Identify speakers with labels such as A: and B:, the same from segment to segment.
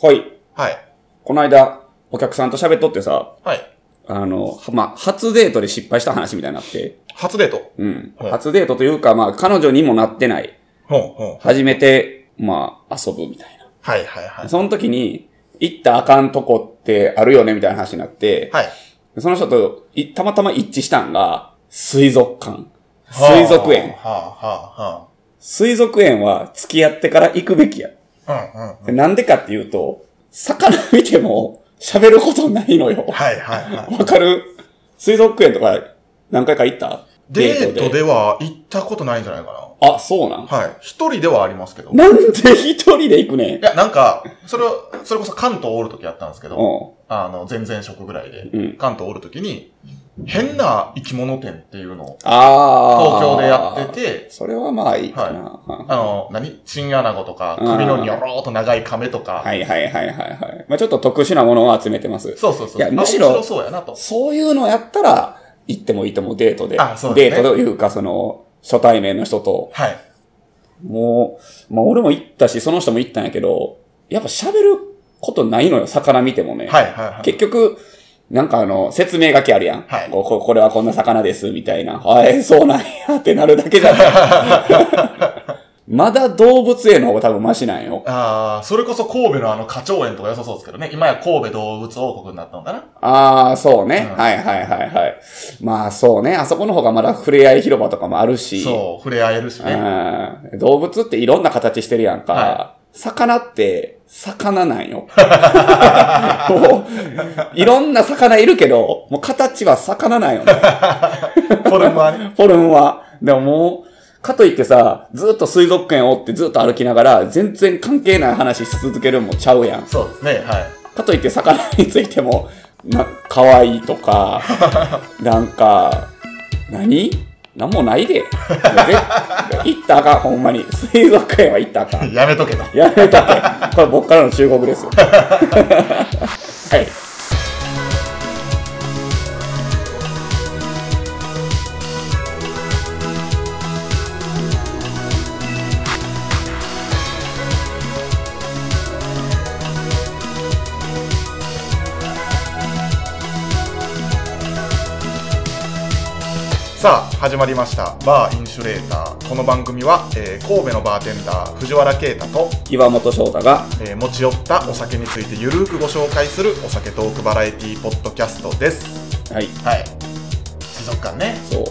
A: はい。
B: はい。
A: この間、お客さんと喋っとってさ、
B: はい。
A: あの、はまあ、初デートで失敗した話みたいになって、
B: 初デート。
A: うん。
B: はい
A: 初デートというか、まあ、彼女にもなってない。
B: ほんほん。
A: 初めて、まあ、遊ぶみたい
B: はいはいは
A: な。
B: い。
A: その時に、行ったらあかんとこってあるよね、みたいな話になって、
B: はい。
A: その人といたまたま一致したんが、水族館。水族園。
B: はあは
A: 水族園は付き合ってから行くべきや。
B: あはあ。うんうんうん。
A: でなんでかっていうと、魚見ても喋ることないのよ。
B: はいはい はい。
A: わかる水族園とか何回か行った
B: デートでは行ったことないんじゃないか
A: あ、そうなん
B: な。はい。一人ではありますけど。い
A: なんで一人で行く ねん。
B: や、なんか、それを、それこそ関東おるときやったんですけど、
A: う
B: あの、前々職ぐらいで、
A: ん。うん。
B: 関東おるときに、変な生き物店っていうのを
A: ああ。
B: 東京でやって。て、
A: それはまあいいかな。
B: あの、何チンアナゴとか、首のにょろーっと長い亀とか、
A: はいはいはいはいはい。まあちょっと特殊なものを集めてます。
B: そうそうそう。
A: いやむし
B: あ
A: ろ
B: 面白そうやなと。
A: そういうのやったら、行ってもいいと思う、デートで。
B: あそうですね
A: デートというか、その、初対面の人と。
B: はい。
A: もう、まあ俺も行ったし、その人も行ったんやけど、やっぱ喋ることないのよ、魚見てもね。
B: はいはいはい。
A: 結局、なんかあの、説明書きあるやん。
B: はい
A: こここれはこんな魚です、みたいな。はい、そうなんや、ってなるだけじゃない。 まだ動物園の方が多分マシなんよ。
B: ああ、それこそ神戸のあの花鳥園とか良さそうですけどね。今や神戸動物王国になったのかな。
A: ああ、そうね、
B: うん
A: はいはいはいはい。まあそうね。あそこの方がまだ触れ合い広場とかもあるし。
B: そう、触れ合えるしね。
A: うん動物っていろんな形してるやんか。
B: は
A: 魚って、魚なんよ。 もういろんな魚いるけど、もう形は魚なんよね。
B: フォルムはね。
A: フォルムは。でももう、かといってさ、ずっと水族館を追ってずっと歩きながら、全然関係ない話し続けるんもちゃうやん。
B: そうですね、はい。
A: かといって魚についても、な、可愛いとか、なんか、何なんもないで。で行ったらあかん、ほんまに。水族園は行ったらあかん。
B: やめとけと。
A: やめとけ。これ僕からの忠告です。はい。
B: さあ、始まりました。バーインシュレーター。この番組は、えー神戸のバーテンダー、藤原啓太と、
A: 岩本翔太が、
B: えー持ち寄ったお酒についてゆるーくご紹介するお酒トークバラエティーポッドキャストです。
A: はい。
B: はい。水族館ね。
A: そう。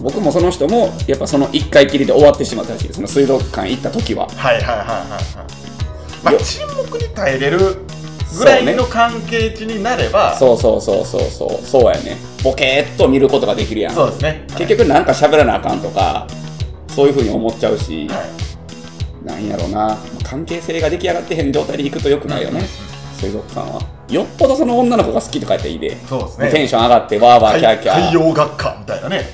A: 僕もその人も、やっぱその一回きりで終わってしまったらしいです。その水族館行った時は。
B: はいはいはいはいはい。ま
A: よ
B: あ、沈黙に耐えれるぐらいの関係値になれば、
A: そうそうそうそうそう。そうやね。ボケーっと見ることができるやん。
B: そうですね。
A: 結局なんか喋らなあかんとか、そういうふうに思っちゃうし、
B: はい、
A: なんやろな。関係性が出来上がってへん状態で行くと良くないよね。水族館は。よっぽどその女の子が好きとかやったらいいで。
B: そうです
A: テン
B: ね。
A: ション上がって、わーわー
B: 海
A: キャーキャー。
B: 海洋学科みたいなね。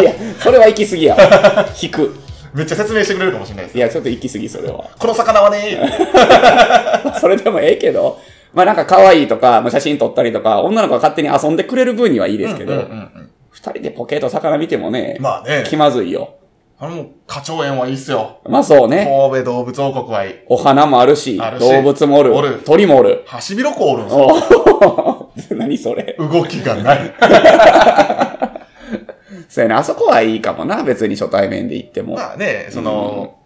A: いや、それは行き過ぎやわ。引く。
B: めっちゃ説明してくれるかもしれないです
A: い。や、ちょっと行き過ぎ、それは。
B: この魚はね、
A: それでもええけど、まあなんか可愛いとか、まあ写真撮ったりとか、女の子が勝手に遊んでくれる分にはいいですけ
B: うん
A: ど
B: うんう、ん
A: 二人でポケット魚見てもね、
B: まあね
A: 気、まずいよ。
B: あの、花鳥園はいいっすよ。
A: まあそうね。
B: 神戸動物王国はいい。
A: お花もあるし、
B: あるし
A: 動物もおる
B: おる
A: 鳥もおる。
B: ハシビロコおるんすよ。
A: お 何それ。
B: 動き がない。
A: そうやね、あそこはいいかもな、別に初対面で行っても。
B: まあね、その、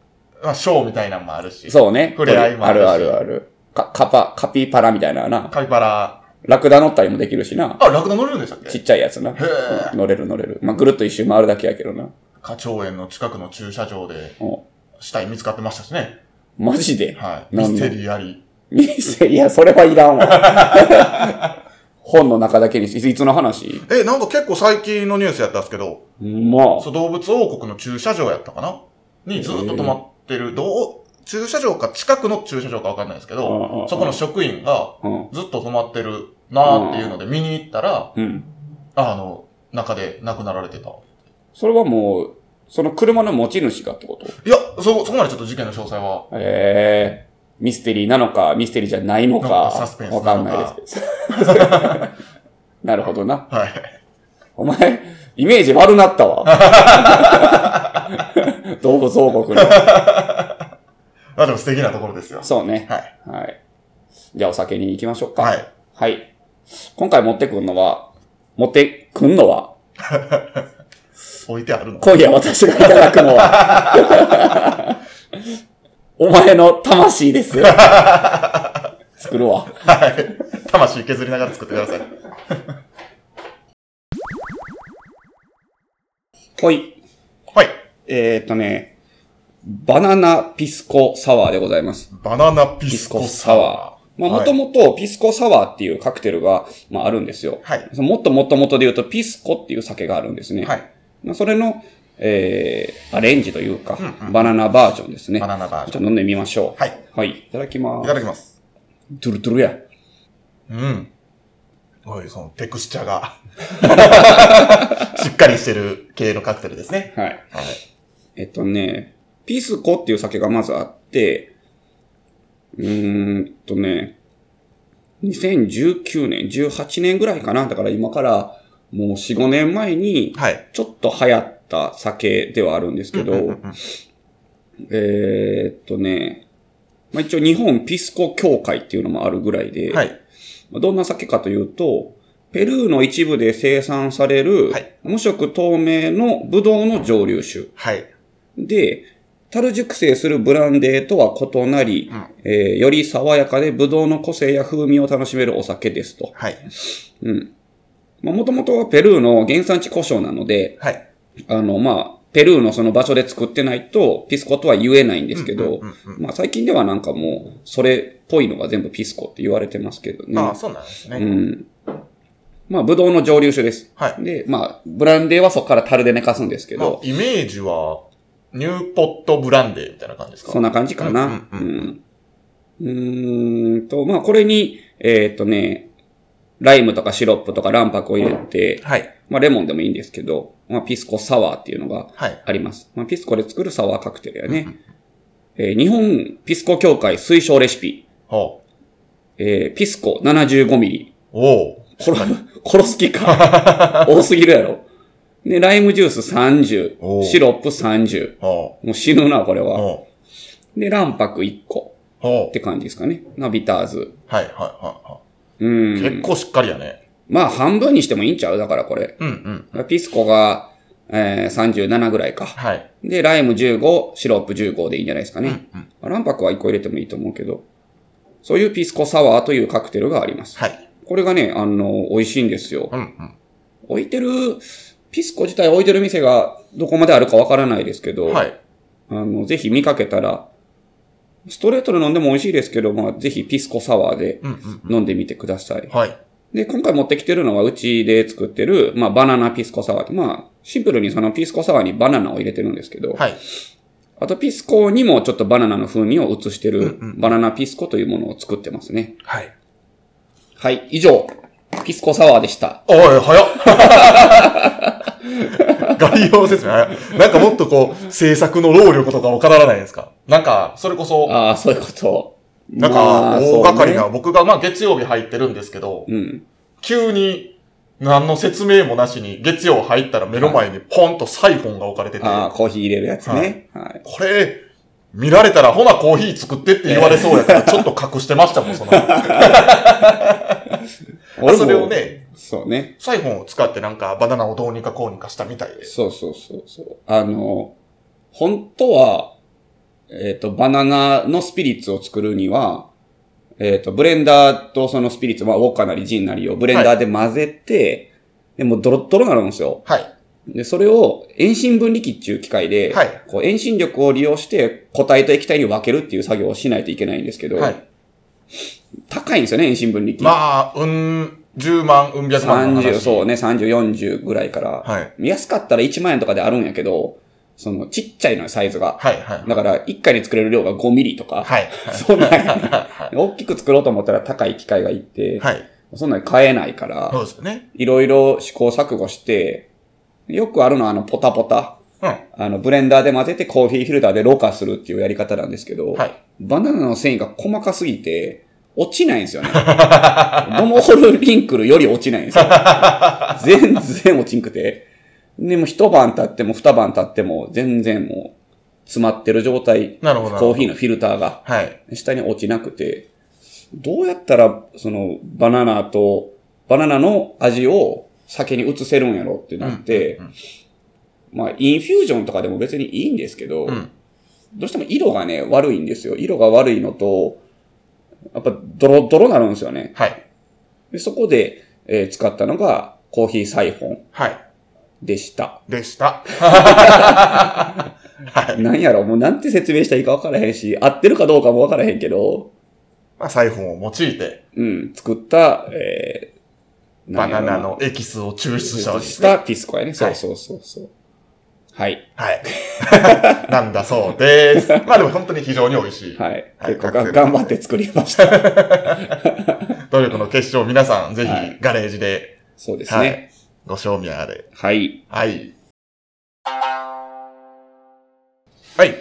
B: まあ、ショーみたいなのもあるし。
A: そうね。
B: 触れ合いも
A: あ
B: あるし
A: るあるある。か、カパ、カピパラみたいなのな。
B: カピバラ。
A: ラクダ乗ったりもできるしな。
B: あ、ラクダ乗れるんでしたっ
A: ちっ
B: け
A: ちゃいやつな。
B: ー
A: 乗れる乗れる。まあ、ぐるっと一周回るだけやけどな。
B: 花鳥園の近くの駐車場で、
A: お
B: 死体見つかってましたしね。
A: マジで。
B: はい。
A: な
B: ミ
A: ん
B: ス
A: で
B: テリーあり。
A: 店いや、それはいらんわ。本の中だけにし、いつの話
B: え、なんか結構最近のニュースやったんですけど、
A: まあ。
B: そう、動物王国の駐車場やったかなにずっと止まってる、どう、駐車場か近くの駐車場かわかんないですけ
A: うんうんう
B: ど
A: ん、
B: そこの職員が
A: うん。
B: ずっと止まってるなーっていうので見に行ったら、
A: うん。
B: あの、中で亡くなられてた。
A: それはもう、その車の持ち主がってこと
B: いや、そ、そこまでちょっと事件の詳細は。
A: ええミステリーなのか、ミステリーじゃないのか、
B: なんかサスペンスなの
A: わか
B: か
A: んないです。 なるほどな。
B: はい。
A: お前、イメージ悪なった わ。動物王国の。
B: まあでも素敵なところですよ。
A: そうね。
B: はい。
A: はい。じゃあお酒に行きましょうか。。
B: はいい。
A: はい。今回持ってくんのは、持ってくんのは、
B: 置いてあるの。
A: 今夜私がいただくのは、お前の魂 です。作るわ。
B: はい。魂削りながら作ってください。
A: ほい。
B: はい。
A: えー、っとね、バナナピスコサワーでございます。
B: バナナピ
A: ピ
B: ス
A: スコ
B: コ
A: サ
B: サ
A: ワー
B: ワ。ー。
A: まあ、もともとピスコサワーっていうカクテルが、まあ、あるんですよ。
B: はい。
A: そのもっともっともっとで言うと、ピスコっていう酒があるんですね。
B: はい。
A: まあ、それの、えー、アレンジというか、
B: うんうん
A: バナナバージョンですね。
B: バナナバー
A: じ
B: ジ
A: ゃ
B: ョ
A: あ
B: ン。
A: 飲んでみましょう。
B: はい。
A: はい。いただきま
B: い
A: す
B: ただ。きます。
A: ドゥルドゥルや。
B: うん。おい、そのテクスチャーが。しっかりしてる系のカクテルですね。
A: はい。
B: はい。
A: えっとね、ピスコっていう酒がまずあって、うーんとね、2019年、18年ぐらいかな。だから今からもう4、5年前に、
B: はい。
A: ちょっと流行った酒ではあるんですけど、
B: うんうんうん
A: えーっとね、まあ、一応日本ピスコ協会っていうのもあるぐらいで、
B: はい。
A: まあどんな酒かというと、ペルーの一部で生産される
B: はい、
A: 無色透明のブドウの蒸留酒。
B: はい。
A: で、樽熟成するブランデーとは異なり、
B: うん
A: えーより爽やかでブドウの個性や風味を楽しめるお酒ですと。
B: はい。
A: うん。まあ、もともとはペルーの原産地故障なので、
B: はい。
A: あの、まあ、ペルーのその場所で作ってないと、ピスコとは言えないんですけど、
B: うんうんうんうん
A: まあ、最近ではなんかもう、それっぽいのが全部ピスコって言われてますけどね。
B: ああ、そうなんです
A: う
B: ね。
A: ん。まあ、ブドウの蒸留酒です。
B: はい。
A: で、まあ、ブランデーはそこから樽で寝かすんですけ
B: まあ
A: ど、
B: イメージは、ニューポットブランデーみたいな感じですか
A: そんな感じかな。
B: う
A: うん。
B: うん
A: うーんと、まあ、これに、えーっとね、ライムとかシロップとか卵白を入れて、
B: はい。
A: まあ、レモンでもいいんですけど、まあ、ピスコサワーっていうのが
B: はい。
A: あります。まあ、ピスコで作るサワーカクテルや
B: うんう
A: ね。えー日本ピスコ協会推奨レシピ、
B: ほう。
A: えーピスコ75ミリ。
B: おう。
A: 殺、殺す気か。 多すぎるやろ。で、ライムジュース
B: おう
A: 30、シロップ30。
B: ほう。
A: もう死ぬな、これは。
B: ほう。
A: で、卵白1個
B: ほ
A: っ
B: う。
A: て感じですかね。な、ビターズ。
B: はい、はい、は
A: う
B: い。はい。結
A: ん。
B: 構しっかりやね。
A: まあ、半分にしてもいいんちゃうだからこれ。
B: うん、うん。
A: ピスコが、えー、37ぐらいか。
B: はい。
A: で、ライム15、シロップ15でいいんじゃないですか
B: うん、う
A: ね。
B: ん。
A: 卵白は1個入れてもいいと思うけど。そういうピスコサワーというカクテルがあります。
B: はい。
A: これがね、あの、美味しいんですよ。
B: うん、うん。
A: 置いてる、ピスコ自体置いてる店がどこまであるかわからないですけど、
B: はい。
A: あの、ぜひ見かけたら、ストレートで飲んでも美味しいですけど、まあ、ぜひピスコサワーで
B: うん、うん。
A: 飲んでみてください。
B: はい。
A: で、今回持ってきてるのは、うちで作ってる、まあ、バナナピスコサワー。まあ、シンプルにそのピスコサワーにバナナを入れてるんですけど、
B: はい。
A: あとピスコにもちょっとバナナの風味を移してる
B: うんう、ん
A: バナナピスコというものを作ってますね。
B: はい。
A: はい、以上、ピスコサワーでした。
B: おい、早っ 概要説明早っなんかもっとこう、制作の労力とかを語らないですかなんか、それこそ、
A: ああ、そういうこと。
B: なん
A: ま
B: か、
A: あそ
B: 大
A: うね
B: 掛かりな、僕が、まあ月曜日入ってるんですけど、
A: うん。
B: 急に、何の説明もなしに、月曜入ったら目の前にポンとサイフォンが置かれてて、
A: ああ、
B: こ
A: コーヒー入れるやつね。はい。
B: れ、見られたら、ほなコーヒー作ってって言われそうや から、ちょっと隠してましたもん、その。
A: 俺も
B: それを。ね、
A: そうね。
B: サイフォンを使ってなんか、バナナをどうにかこうにかしたみたいです。
A: そうそうそうそう。あの、本当は、えっ、と、バナナのスピリッツを作るには、えっ、と、ブレンダーとそのスピリッツ、まあ、ウォッカなりジンなりをブレンダーで混ぜて、でもうドロッドロになるんですよ。
B: はい。
A: で、それを遠心分離機っていう機械で、
B: はい
A: こう遠心力を利用して固体と液体に分けるっていう作業をしないといけないんですけど、
B: はい。
A: 高いんですよね、遠心分離機。
B: まあ、うん、10万、うん、百万の話。
A: 30、そうね、30、40ぐらいから。
B: はい。
A: 安かったら1万円とかであるんやけど、その、ちっちゃいのよサイズが。
B: はい、はい。
A: だから、1回に作れる量が5ミリとか。
B: はい。
A: そんなんやね
B: は
A: 大きく作ろうと思ったら高い機械がい
B: い。
A: て、
B: はい。
A: そんなん買えないから
B: そ、うですよね。
A: いろいろ試行錯誤して、よくあるのはあの、ポタポタ。
B: うん。
A: あの、ブレンダーで混ぜてコーヒーフィルターでろ過するっていうやり方なんですけど、
B: はい。
A: バナナの繊維が細かすぎて、落ちないんです よね。ロモホルリンクルより落ちないんですよ。全然落ちんくて。でも一晩経っても二晩経っても全然もう詰まってる状態、
B: なるほど。
A: コーヒ
B: ー。
A: ーのフィルターが
B: はい。
A: 下に落ちなくて、どうやったら、その、バナナと、バナナの味を酒に移せるんやろってなって、
B: うん
A: まあ、インフュージョンとかでも別にいいんですけど、
B: うんうん。
A: どうしても色がね、悪いんですよ。色が悪いのと、やっぱドロドロなるんですよね。
B: はい。
A: でそこで、えー使ったのがコーヒーサイフォン
B: はい。
A: でした。
B: でした。 はい。
A: なんやろ、もうなんて説明したらいいかわからへんし、合ってるかどうかもわからへんけど、
B: まあ、サイフォンを用いて、
A: うん、作った、えー
B: バナ
A: な
B: ナ
A: んやろ
B: のエキスを抽出した
A: な
B: わけで
A: し
B: すね。
A: たピスコやね。そうそうそうそう。はい。
B: はい。 なんだそ うです。まあでも本当に非常に美味しい。
A: はい。
B: はい
A: 結構
B: カクテ
A: が
B: ルですね
A: 頑張って作りました。
B: 努力の結晶皆さん、ぜひ
A: はい
B: ガレージで、
A: そうです
B: はい。
A: ね。
B: ご賞味あれ。
A: はい。
B: はい。はい。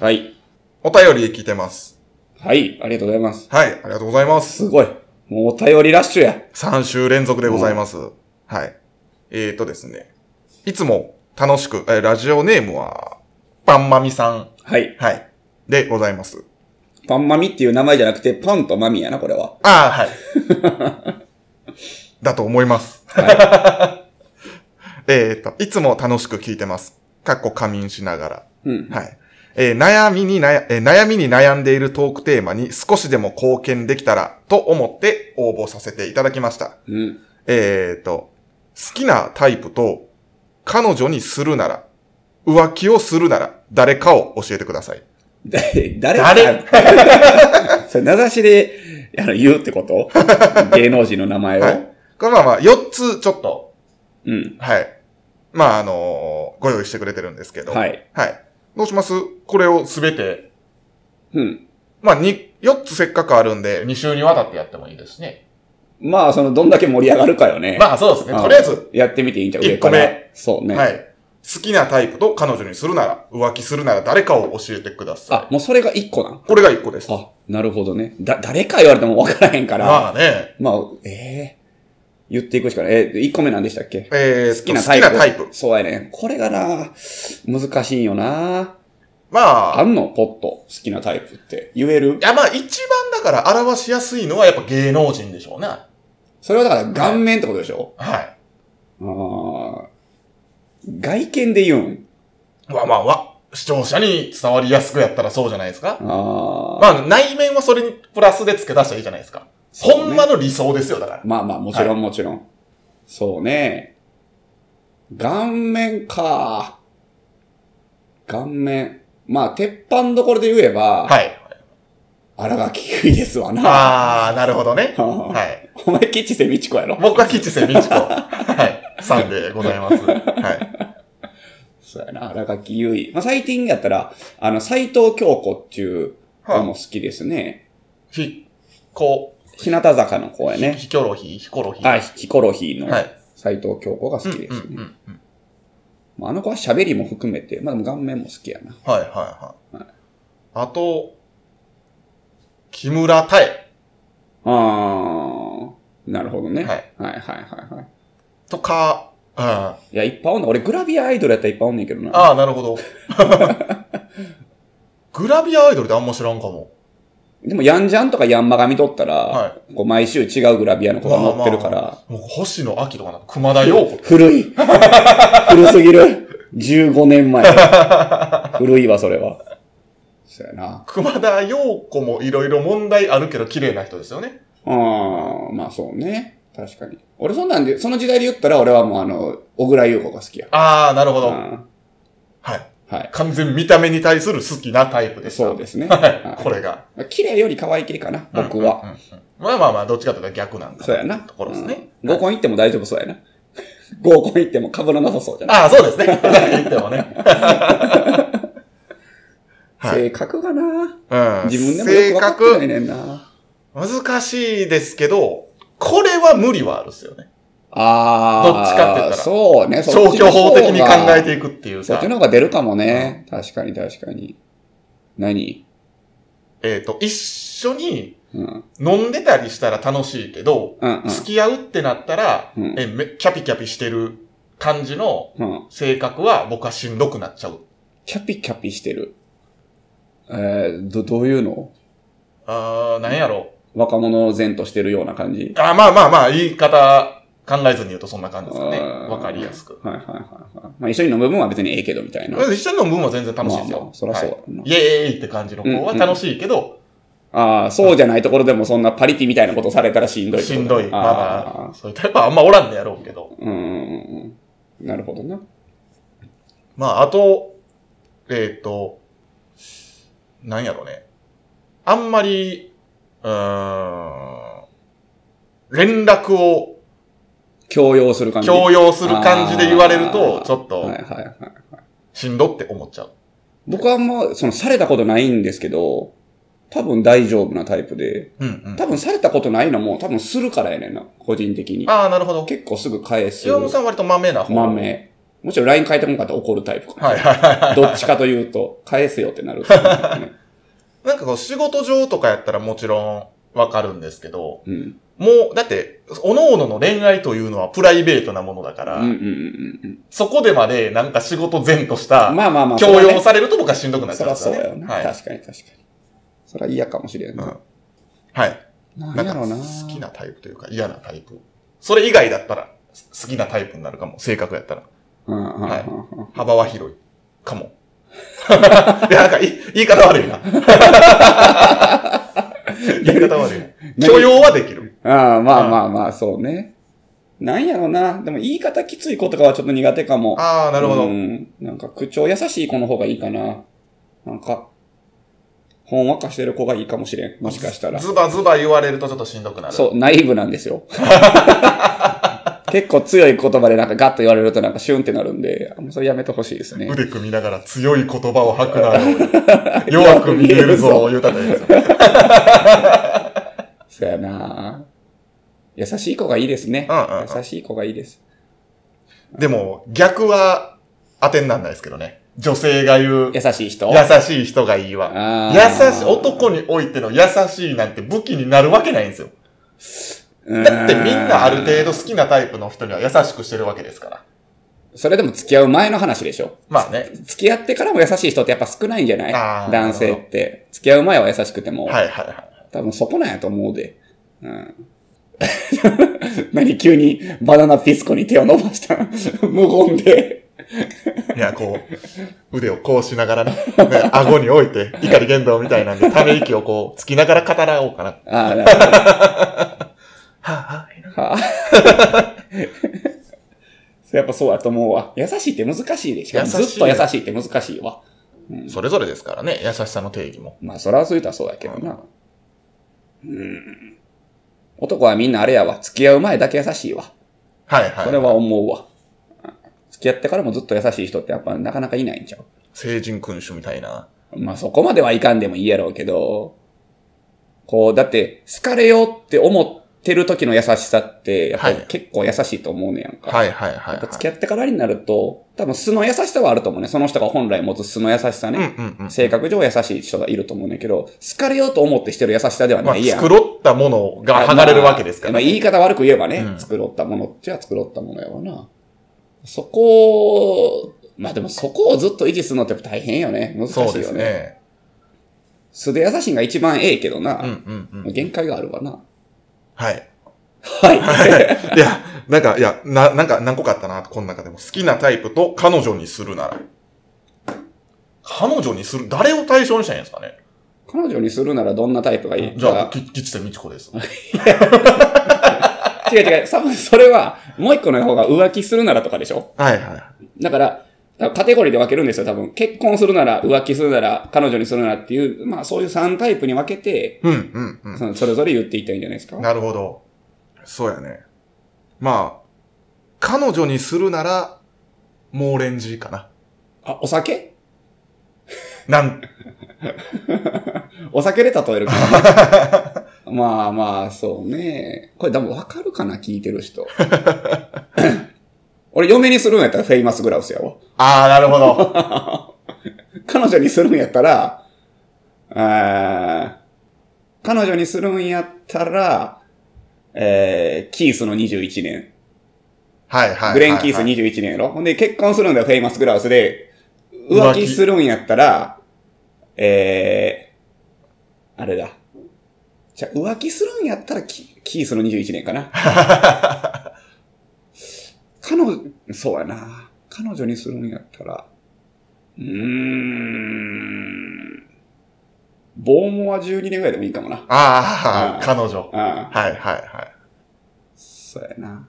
A: はい。
B: お便り来てます。
A: はい。ありがとうございます。
B: はい。ありがとうございます。
A: すごい。もうお便りラッシュや。
B: 3週連続でございます。はい。えーとですね。いつも楽しく、えーラジオネームは、パンマミさん。
A: はい。
B: はい。でございます。
A: パンマミっていう名前じゃなくて、パンとマミやな、これは。
B: ああ、はい。だと思います。
A: は
B: えーと、いつも楽しく聞いてます。かっこ仮眠しながら。
A: い。うん。
B: はい。えー悩みに悩、えー悩みに悩んでいるトークテーマに少しでも貢献できたらと思って応募させていただきました。
A: うん。
B: えーと、好きなタイプと、彼女にするなら、浮気をするなら、誰かを教えてください。
A: だ誰
B: 誰
A: それ名指しで、あの、言うってこと 芸能人の名前を。
B: はい。これまあまあ、4つちょっと、
A: うん。
B: はい。まあ、あのーご用意してくれてるんですけど。。
A: はいい。
B: はい。どうしますこれをすべて、
A: うん。
B: まあ、に、4つせっかくあるんで、2週にわたってやってもいいですしね。
A: まあ、その、どんだけ盛り上がるかよね。
B: まあ、そうですね。
A: うん
B: とりあえず、
A: やってみていいんじゃん、
B: 一
A: 上
B: 個
A: か
B: 目
A: ら。そうね。
B: はい。好きなタイプと彼女にするなら、浮気するなら誰かを教えてくだ
A: あ
B: さ、
A: もうそれが一個なん
B: い。。これが1個です。
A: あ、なるほどね。だ、誰か言われても分からへんから。まあ、
B: まあね、
A: ええ言っていくしかない。えー、一個目なんでしたっけ
B: えー、
A: 好きなタイプ。
B: 好きなタイプ。
A: そうやね。これがな、難しいよな。
B: まあ、
A: あんのポット。好きなタイプって。言える
B: いや、まあ一番だから表しやすいのはやっぱ芸能人でしょうね。
A: それはだから顔面ってことでしょ、
B: はい。
A: あー外見で言うん。
B: わまあわ。視聴者に伝わりやすくやったらそうじゃないですか。
A: ああ。
B: まあ内面はそれにプラスで付け出したらいいじゃないですか。ほんまの理想ですよ、だから。
A: まあまあ、もちろんもちろん。そうね。顔面か。顔面。まあ、鉄板どころで言えば、
B: はい。
A: 荒垣結衣ですわな。
B: あー、なるほどね。はい。
A: お前、吉瀬美智子やろ
B: 僕は吉瀬 美智子。はい。さんでございます。はい。
A: そうやな、荒垣結衣。まあ、最近やったら、あの、斎藤京子っていう
B: は
A: の
B: い
A: も好きですね。
B: ひ、こ
A: 日向坂の子や
B: う、
A: ね。
B: ひきょろひ、ひころひ。
A: あ、ヒコロヒーの
B: はい
A: 斎藤京子が
B: う
A: 好
B: んう
A: き
B: ん
A: ですね。
B: うんうん。
A: まあ、あの子は喋りも含めて、まあでも顔面も好きやな。
B: はいはいはい。あと、木村太江。
A: あー、なるほどね。
B: は
A: はいい、はいはいはい。
B: とか、うん。あ
A: いや、いっぱいおんねん。俺グラビアアイドルやったらいっぱいおんねんけどな。
B: あ、なるほど。 グラビアアイドルってあんま知らんかも。
A: でも、ヤンジャンとかヤンマガ見とったら、
B: は
A: こう毎週違うグラビアの子が載ってるから、
B: もう星野明とかなんか熊田陽子。
A: 古い。 古すぎる。15年 前。古いわ、それは。そうやな。
B: 熊田陽子もいろいろ問題あるけど綺麗な人ですよね。
A: あー、まあそうね。確かに。俺そんなんで、その時代で言ったら俺はもうあの、小倉優子が好きや。
B: ああ、なるほど。
A: あ
B: はい。
A: ーはい。
B: 完全見た目に対する好きなタイプです。
A: そうですね。
B: はい。こ
A: れ。
B: れが。
A: まあ綺麗より可愛い系かな、僕は。
B: うんうんうん。まあまあまあ、どっちかというと逆なんだ
A: そうやな。
B: ところですね。
A: うん合コン行っても大丈夫そうやな。 合コン行っても被らなさそうじゃない、
B: ああ、そうですね。 言って もね。はい
A: 性格がな
B: うん。
A: 自分でもよく分かってないねんな。
B: 難しいですけど、これは無理はあるっすよね。
A: あー。
B: どっちかって言ったら
A: そうね。
B: 消去法的に考え
A: い
B: ていくっていう
A: そっ
B: か
A: ち。の方が出るかもね。確かに確かに。何
B: えっ、と、一緒に
A: うん。
B: 飲んでたりしたら楽しいけど、
A: うんうん。
B: 付き合うってなったら、
A: うん
B: えめキャピキャピしてる感じの
A: うん。
B: 性格は僕はしんどくなっちゃう
A: キャピキャピしてる。えー、ど、どういうの
B: あー、なんやろ
A: 若者前としてるような感じ。
B: あー、まあまあまあ、言い方考えずに言うとそんな感じですかね。
A: あー
B: わかりやすく。
A: はいはいはいはい。まあ一緒に飲む分は別にええけどみたいな。
B: 一緒に飲む分は全然楽しいですよ。
A: まあまあそらそうだろうな
B: はいイエーイって感じの方は楽しいけど、
A: ああ、そうじゃないところでもそんなパリピみたいなことされたらしんどいって
B: し
A: こと。
B: んどい。まあま
A: あ
B: あ、そういうタイプはあんまおらんのやろうけど。
A: ーうんうんうん。なるほどな。
B: まあ、あと、えっ、と、なんやろね。あんまり、うーん、連絡を
A: 強要する感じ。
B: 強要する感じで言われると
A: あ、ー
B: ちょっ
A: はい
B: と
A: はいはい。
B: しんどって思っちゃう。
A: 僕はあんま、その、されたことないんですけど、多分大丈夫なタイプで、
B: うんうん。
A: 多分されたことないのも多分するからやねんな、個人的に。
B: ああ、なるほど。
A: 結構すぐ返す。
B: 岩本さんは割と豆な方。
A: まめ。もちろん LINE 変えてこんかったら怒るタイプかも
B: はいはいはいはい。
A: どっちかというと、返せよって なる、ね。
B: なんかこう、仕事上とかやったらもちろんわかるんですけど、
A: うん。
B: もう、だって、各々の恋愛というのはプライベートなものだか
A: うん
B: ら、
A: うんうんうん
B: そこでまでなんか仕事前とし
A: う
B: た
A: ん。、まあまあまあ。
B: 強
A: そら
B: 要
A: ね
B: されると僕はしんどくなっ
A: そ
B: ちゃうん
A: ら
B: ですよ
A: そう
B: ね。
A: やよな。
B: はい。
A: 確かに確かに。そら嫌かもしれん
B: うん
A: な。
B: はい。
A: な
B: なん
A: んや
B: か
A: ろな。
B: 好きなタイプというか嫌なタイプ。それ以外だったら好きなタイプになるかも。性格やったら。
A: うんうんうんうん。
B: はい幅は広い。かも。 いや、なんかい言い方悪 いな。言い方悪いな。許容はできる。
A: ああ、まあまあまあ、そうね。なんやろな。でも言い方きつい子とかはちょっと苦手かも。
B: ああ、なるほど。
A: う
B: うん
A: ん。なんか口調優しい子の方がいいかな。なんか、ほんわかしてる子がいいかもしれん。もしかしたら。
B: ズバズバ言われるとちょっとしんどくなる。
A: そう、ナイーブなんです よ。結構強い言葉でなんかガッと言われるとなんかシュンってなるんで、あんまそれやめてほしいですね。
B: 腕組みながら強い言葉を吐 くなよ。弱く見えるぞ、言うたらいいですよ。
A: そうやな優しい子がいいですね。
B: うんうんうん
A: 優しい子がいいです。
B: でも、逆は当てになんないですけどね。女性が言う、
A: 優しい人
B: 優しい人がいいわ。
A: あ
B: 優
A: ー
B: しい、男においての優しいなんて武器になるわけないんですよ。だってみんなある程度好きなタイプの人には優しくしてるわけですから。
A: それでも付き合う前の話でしょ。
B: まあね。
A: 付き合ってからも優しい人ってやっぱ少ないんじゃない
B: あー
A: 男性って。付き合う前は優しくても。
B: はいはいはい。
A: 多分そこなんやと思うで。うん。 何急にバナナピスコに手を伸ばした 無言で。
B: いや、こう、腕をこうしながらね、 ね顎に置いて、怒り言動みたいなんで、ため息をこう、つきながら語らおうかな。は
A: ああ、なるほ
B: あはあ
A: ど。はあ そうやっぱそうやと思うわ。優しいって難しいでしょ。
B: 優しい
A: ずっと優しいって難しいわ。
B: それぞれですからね、優しさの定義も。
A: まあ、それはそういったらそうやけどな。うん。男はみんなあれやわ。付き合う前だけ優しいわ。
B: はいはい。
A: それは思うわ。付き合ってからもずっと優しい人ってやっぱなかなかいないんちゃう
B: 聖人君主みたいな。
A: まあそこまではいかんでもいいやろうけど、こう、だって好かれようって思ってる時の優しさって、やっぱ
B: は
A: り
B: い
A: 結構優しいと思うねやんか。
B: はいはいはい、
A: やっぱ
B: は
A: 付き合ってからになると、多分素の優しさはあると思うね。その人が本来持つ素の優しさ
B: い。うん
A: ね。
B: うんうん。
A: 性格上優しい人がいると思うねんだけど、好かれようと思ってしてる優しさでは
B: まあ、
A: ないやん。
B: 繕ったものが剥がれるわけですか
A: ま
B: ら
A: あ、言い方悪く言えばね、
B: うん
A: 作ろったものっちゃ作ろったものやわな。そこを、まあでもそこをずっと維持するのってやっぱ大変よね。難しい
B: そう
A: よね。
B: ですね。
A: 素で優しいんが一番ええけどな。
B: うんうんうん。
A: 限界があるわな。
B: はい。
A: はい。
B: いや、なんか、いや、な、なんか何個かあったな、この中でも。好きなタイプと彼女にするなら。彼女にする誰を対象にしたらいいんですかね
A: 彼女にするならどんなタイプがいい
B: じゃあ、き吉瀬美智 子です。
A: あ違う違う。多分それは、もう一個の方が浮気するならとかでしょ
B: はいは
A: だから、多分カテゴリーで分けるんですよ、多分。結婚するなら、浮気するなら、彼女にするならっていう、まあそういう3タイプに分けて、
B: い。うんうんうん。
A: そのそれぞれ言っていったらいいんじゃないですか。
B: なるほど。そうやね。まあ、彼女にするなら、モーレンジかな。
A: あ、お酒
B: なん、
A: お酒で例えるから、 ね、まあまあ、そうね。これ多分わかるかな聞いてる人。 俺、嫁にするんやったらフェイマスグラウスやわ。
B: ああ、なる ほど。
A: 彼女にするんやったら、あー彼女にするんやったら、えー、キースの21年。
B: はいはいはいはい。
A: グレン・キース21年やろ。ほんで、結婚するんだよ、フェイマスグラウスで。浮
B: 浮気
A: 気するんやったら、えー、あれだ。じゃあ浮気するんやったらキ、キースの21年か な。彼女、そうやな。彼女にするんやったら、うーん。ボーモは12年ぐらいでもいいかもな。
B: あ
A: う
B: あ
A: ん、
B: 彼女。
A: ああ、
B: はいはいはい。
A: そうやな。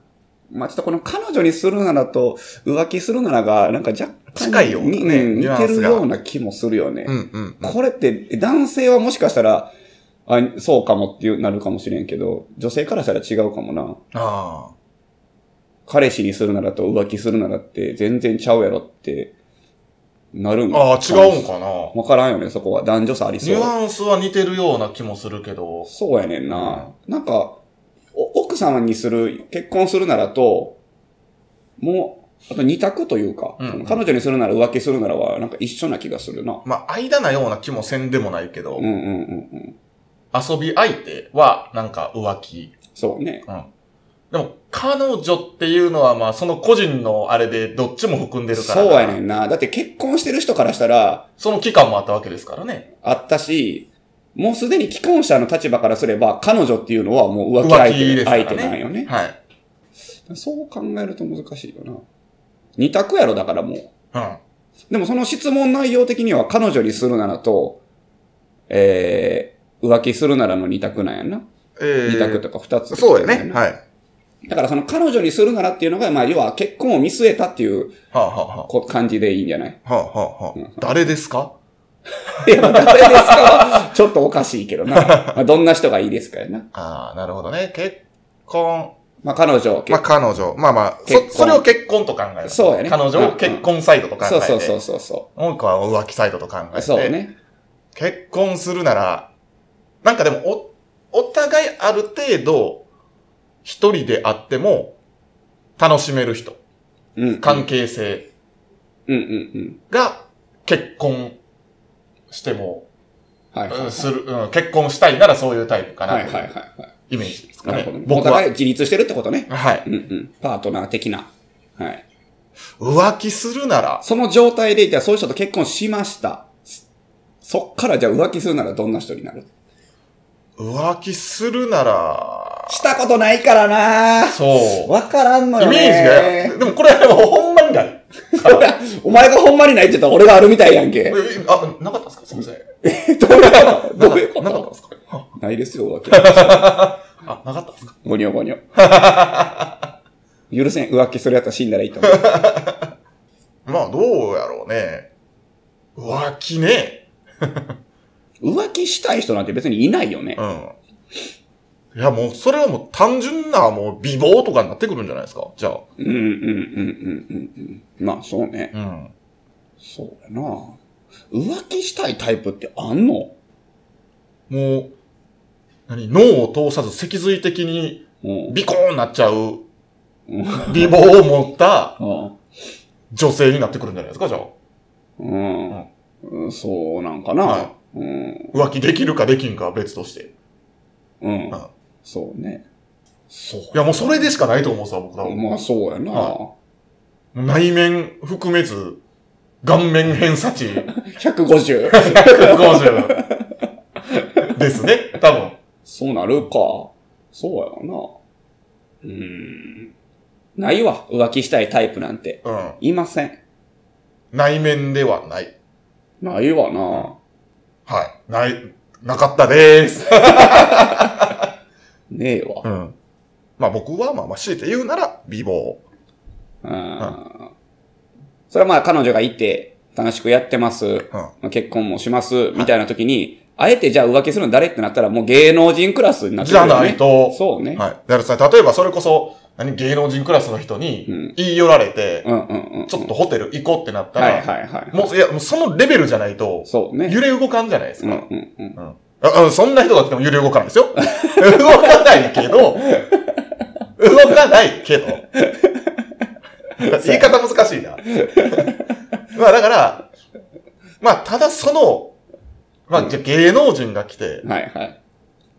A: まあちょっとこの彼女にするならと浮気するならが、なんか若干
B: 近いようなね
A: にうん
B: ニ
A: 似
B: ュアン
A: て
B: ス
A: る
B: が
A: ような気もするよね。
B: うんうんうん。
A: これって、男性はもしかしたら、あ、そうかもっていうなるかもしれんけど、女性からしたら違うかもな。
B: あ
A: 彼氏にするならと浮気するならって全然ちゃうやろって、なるん
B: あ。ああ、違うんかな。
A: わからんよね、そこは。男女差ありそ
B: ニュ
A: う。
B: アンスは似てるような気もするけど。
A: そうやねんな。なんか、お奥様にする、結婚するならと、もう、あと二択というか、
B: うん
A: その彼女にするなら浮気するならは、なんか一緒な気がするな。
B: まあ、間なような気もせんでもないけど、
A: うんうんうんうん。
B: 遊び相手はなんか浮気。
A: そうね。
B: でも、彼女っていうのはまあ、その個人のあれでどっちも含んでるから。
A: そうやねんな。だって結婚してる人からしたら、
B: その期間もあったわけですからね。
A: あったし、もうすでに既婚者の立場からすれば、彼女っていうのはもう浮気相
B: 浮気
A: 手
B: ですからね
A: 相手なんよね。
B: はい。
A: そう考えると難しいよな。二択やろ、だからもう。
B: うん。
A: でもその質問内容的には、彼女にするならと、えー、浮気するならの二択なんやな。
B: え
A: 二択とか二つ。
B: そうやね。はい。
A: だからその彼女にするならっていうのが、まあ要は結婚を見据えたっていう
B: はあ、はあは
A: こ感じでいいんじゃない
B: あ、はあはあはあ、誰ですか
A: いや、誰ですかはちょっとおかしいけどな。まあどんな人がいいですかやな。
B: ああ、なるほどね。結婚。
A: まあ彼女、結
B: まあ、彼女。まあまあ、
A: 結
B: そ、
A: 婚
B: それを結婚と考える。
A: そうやね
B: 彼女を結婚サイドと考えて。
A: そうそうそうそうそ
B: もう一個は浮気サイドと考え
A: う。
B: て。
A: そうね。
B: 結婚するなら、なんかでも、お、お互いある程度、一人であっても、楽しめる人、
A: うん。
B: 関係性
A: うんうんうん。
B: が、結婚しても、
A: はいはい。
B: うんする、うん、結婚したいならそういうタイプか
A: は
B: な、
A: いはいはいは
B: イメージです
A: い。
B: か
A: なる
B: ね
A: ほど。ね。お
B: 僕
A: 互い
B: は。
A: 自立してるってことね。
B: はい。
A: うんうん。パートナー的な。はい。
B: 浮気するなら、
A: その状態で、じゃあそういう人と結婚しました。そっからじゃあ浮気するならどんな人になる
B: 浮気するなら、
A: したことないからなぁ。
B: そう。
A: わからんの
B: イ
A: よ
B: メー
A: ね。
B: ジが、でもこれはもうほんまにない。
A: ジが。 お前がほんまにないって言ったら俺があるみたいやん け。
B: えあ、なかったですか先生。
A: どういうことどういうこ
B: なかった
A: と
B: ですか
A: ないですよ、浮気。
B: あ、なかったですか
A: ごにょごにょ。許せん。浮気するやつは死んだらいいと思う。
B: まあ、どうやろうね。浮気ね。
A: 浮気したい人なんて別にいないよね
B: う。ん。いや、もう、それはもう単純な、もう、美貌とかになってくるんじゃないですかじゃあ。
A: うんうんうんうんうんうん。まあそうね。
B: うん。
A: そうやな。浮気したいタイプってあんの
B: もう、何脳を通さず脊髄的に
A: うん。
B: ビコーンになっちゃう
A: うん
B: 美貌を持った
A: あ
B: 女性になってくるんじゃないですかじゃあ。
A: うん。うんそうなんかな
B: は。
A: うん。
B: 浮気できるかできんかは別として。
A: うん
B: あ。
A: そうね。そ
B: いや、もうそれでしかないと思うさ、僕らは。
A: う。まあそうやな。
B: は内面含めず、顔面偏 差値
A: 150。
B: 150。ですね、多分。
A: そうなるか。そうやろな。うーん。ないわ。浮気したいタイプなんて。
B: うん。
A: いません。
B: 内面ではない。
A: ないわな。
B: はい。ない、なかったです。
A: ねえわ。
B: うん。まあ僕は、まあまあ強いて言うなら、美貌。
A: うんそれはまあ彼女がいて、楽しくやってます。結婚もします。みたいな時に、あえてじゃあ浮気するの誰ってなったらもう芸能人クラスになって
B: じ
A: く
B: ゃ
A: るよ、ね。
B: ない。と。
A: そうね。
B: はい。だからさ、例えばそれこそ、何、芸能人クラスの人
A: う
B: に
A: ん、
B: 言い寄られて、
A: うんうんうん。
B: ちょっとホテル行こうってなった
A: はいは
B: ら、
A: いはい。
B: もう、いや、もうそのレベルじゃないと、
A: そうね。
B: 揺れ動かんじゃないです
A: うんう
B: か。
A: んうん。
B: ああそんな人が来ても揺れ動かないですよ。動かないけど、動かないけど。言い方難しいな。まあだから、まあただその、まあじゃあ芸能人が来て、
A: はいはい。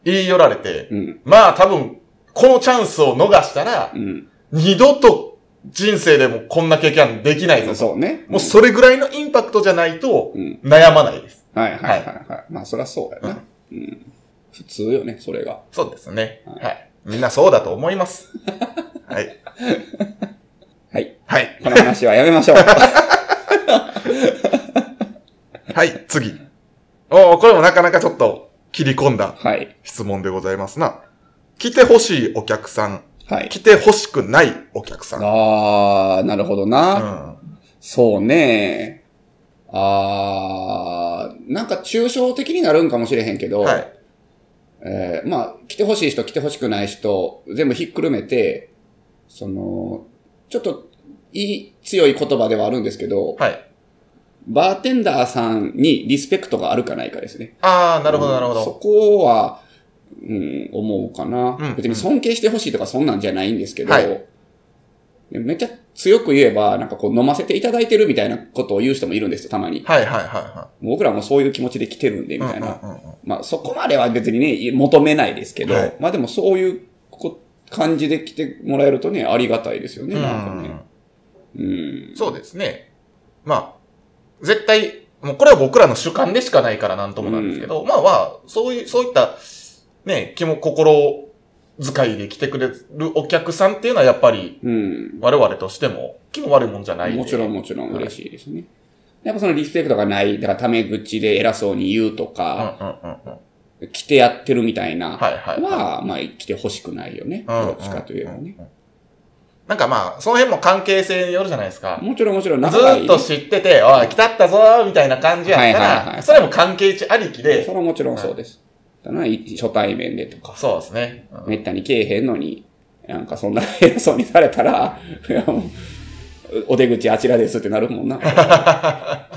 B: 言い寄られて、
A: うん
B: まあ多分、このチャンスを逃したら、
A: うん。
B: 二度と人生でもこんな経験はできないぞ。
A: そうね。
B: もうそれぐらいのインパクトじゃないと
A: うん。
B: 悩まないです。
A: はいはいはいはい。まあ、そりゃそうだよな。うん。普通よね、それが。
B: そうですね。
A: はい
B: はい。みんなそうだと思います。はい。
A: はい。
B: はい。
A: この話はやめましょう。
B: はい、次。おーこれもなかなかちょっと切り込んだ
A: はい。
B: 質問でございますな。来てほしいお客さん、
A: はい。
B: 来てほしくないお客さん。
A: あー、なるほどな。
B: うん
A: そうね。あー、なんか抽象的になるんかもしれへんけど、
B: はい。
A: えーまあ、来てほしい人、来てほしくない人、全部ひっくるめて、その、ちょっと、いい、強い言葉ではあるんですけど、
B: はい。
A: バーテンダーさんにリスペクトがあるかないかですね。
B: ああ、なるほど、なるほ
A: そ
B: ど。
A: こは、うん、思うかな。
B: うん
A: 別に尊敬してほしいとかそんなんじゃないんですけど、
B: はい
A: でめっちゃ強く言えば、なんかこう飲ませていただいてるみたいなことを言う人もいるんですよ、たまに。
B: はい、はい、は
A: 僕らもそういう気持ちで来てるんで、
B: い、
A: み
B: はい
A: たい。な。
B: うんうんうんうん
A: まあ、そこまでは別にね、求めないですけど、
B: はい
A: まあでもそういうこ感じで来てもらえるとね、ありがたいですよね、なんかね。うん。
B: そうですね。まあ、絶対、もうこれは僕らの主観でしかないからなんともなんですけど、まあまあ、そういう、そういった、ね、気も、心遣いで来てくれるお客さんっていうのはやっぱり、
A: うん。
B: 我々としても気も悪いもんじゃないんで
A: もちろんもちろん嬉しいですね。やっぱそのリスペクトがない、だからタメ口で偉そうに言うと
B: うんうん
A: か、
B: うんうん。
A: 来てやってるみたいな、
B: はいはい。
A: は、まあ来てほしくないよね。
B: うんうん
A: どっちかといえばね。
B: なんかまあ、その辺も関係性によるじゃないですか。
A: もちろんもちろん、
B: ず
A: 仲がい
B: ー
A: い
B: っと知ってて、おい、来たったぞーみたいな感じやった
A: はいはいは
B: ら、
A: い
B: それも関係値ありき
A: そ
B: で、
A: れはもちろんそうです。だな、い初対面でとか。
B: そうですね。うん
A: めったに来えへんのに、なんかそんな 偉そうにされたら、いやもうお出口あちらですってなるも んな。ま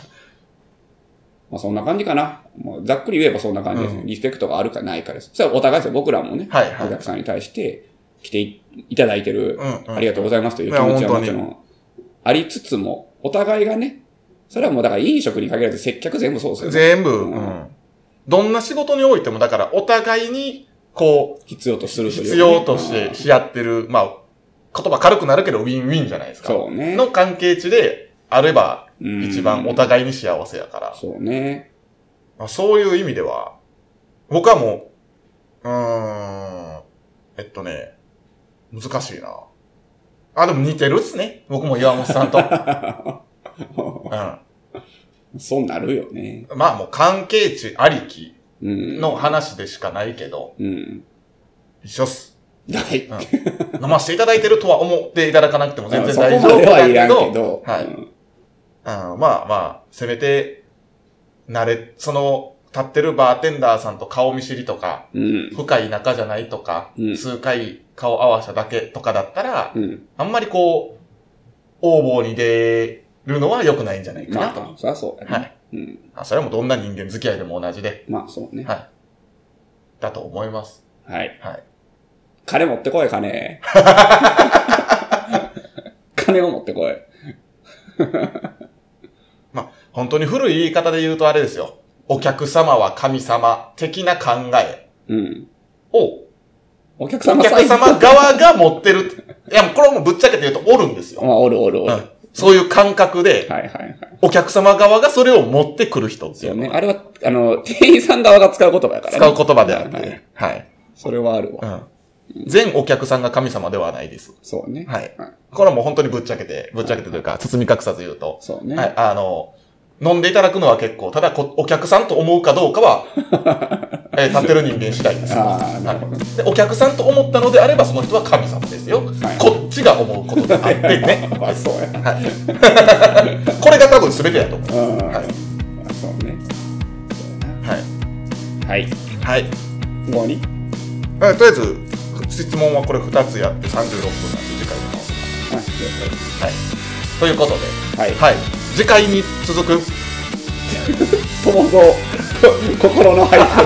A: あそんな感じかな。もうざっくり言えばそんな感じですね。
B: う
A: リスペクトがあるかないかです。それはお互いですよ。僕らもね、
B: はいはい
A: お客さんに対して来ていただいてる、
B: うんうん
A: ありがとうございますという気持
B: い
A: ち
B: や
A: は
B: 本
A: もち
B: 当に
A: ろんありつつも、お互いがね、それはもうだから飲食に限らず接客全部そうですよね。
B: 全部、
A: ん
B: うんどんな仕事においても、だから、お互いに、こ
A: 必要とす
B: う、
A: るというか
B: 必
A: ね
B: 要とし
A: う
B: て
A: ん
B: し合ってる、まあ、言葉軽くなるけど、ウィンウィンじゃないですか。
A: そうね。
B: の関係値であれば、
A: うん
B: 一番お互いに幸せやから、
A: そうね。
B: まあ、そういう意味では、僕はもう、うーん、えっとね、難しいな。あ、でも似てるっすね。僕も岩本 さんと。うん。ま
A: そうなるよね。
B: あもう関係値ありき
A: うん。
B: の話でしかないけど、
A: うん。
B: 一緒っす。
A: はい。
B: 飲ませていただいてるとは思っていただかなくても全然
A: そこ
B: 大丈
A: ま
B: 夫
A: で
B: だ
A: はい
B: け
A: らん
B: ど、
A: けど。
B: はい
A: うん
B: うん、まあまあ、せめて、慣れ、その、立ってるバーテンダーさんと顔見知りとか、
A: うん。
B: 深い仲じゃないとか、
A: うん
B: 数回顔合わせただけとかだったら、
A: うん。
B: あんまりこう、応募に出るのは良くないんじゃないかな
A: ま
B: と。
A: あ、そりゃそう
B: は
A: だね
B: い。
A: うん。
B: あそれはもうどんな人間付き合いでも同じで、
A: まあ、そうね。
B: だと思います。
A: はい。
B: はい。
A: 金持ってこい、 金。金を持ってこい。
B: 本当に古い言い方で言うとあれですよ。お客様は神様的な考え
A: うん。
B: を、
A: お客
B: お
A: 様
B: 客
A: 最
B: 様側が持ってる。いや、もうこれはもうぶっちゃけて言うとおるんですよ。
A: まあ、おるおるおる。
B: う
A: はい
B: んそういう感覚で、
A: はいはい。
B: お客様側がそれを持ってくる人って
A: そ
B: い
A: うう
B: の
A: ね。
B: が
A: あれは、あの、店員さん側が使う言葉やからね。
B: 使う言葉であっ
A: はいは
B: て
A: い、
B: はい。
A: それはある
B: う
A: わ。
B: ん。全お客さんが神様ではないです。
A: そうね。
B: はい
A: はい。
B: これはもう本当にぶっちゃけて、ぶっちゃけてというか、包み隠さず言うと。
A: そう
B: は
A: ね。
B: い、あの、飲んでいただくのは結構、ただこお客さんと思うかどうかは、 えー立ってる人間次第です。
A: ああ、なるほど。
B: はいでお客さんと思ったのであればその人は神様ですよ、
A: はい
B: こっちが思うことであってね
A: あ、そうや。
B: これが多分全てだと思う
A: うん。
B: はい
A: あそうね。
B: は
A: は
B: い、
A: い。
B: はい
A: 終わり
B: えーとりあえず質問はこれ2つやって36分なんで次回もはいということで
A: はい。
B: はい次回に続く
A: 友蔵、 心の配布。 は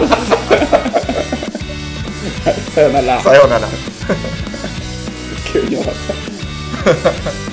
A: いさよなら。
B: さようなら
A: 急に終わった。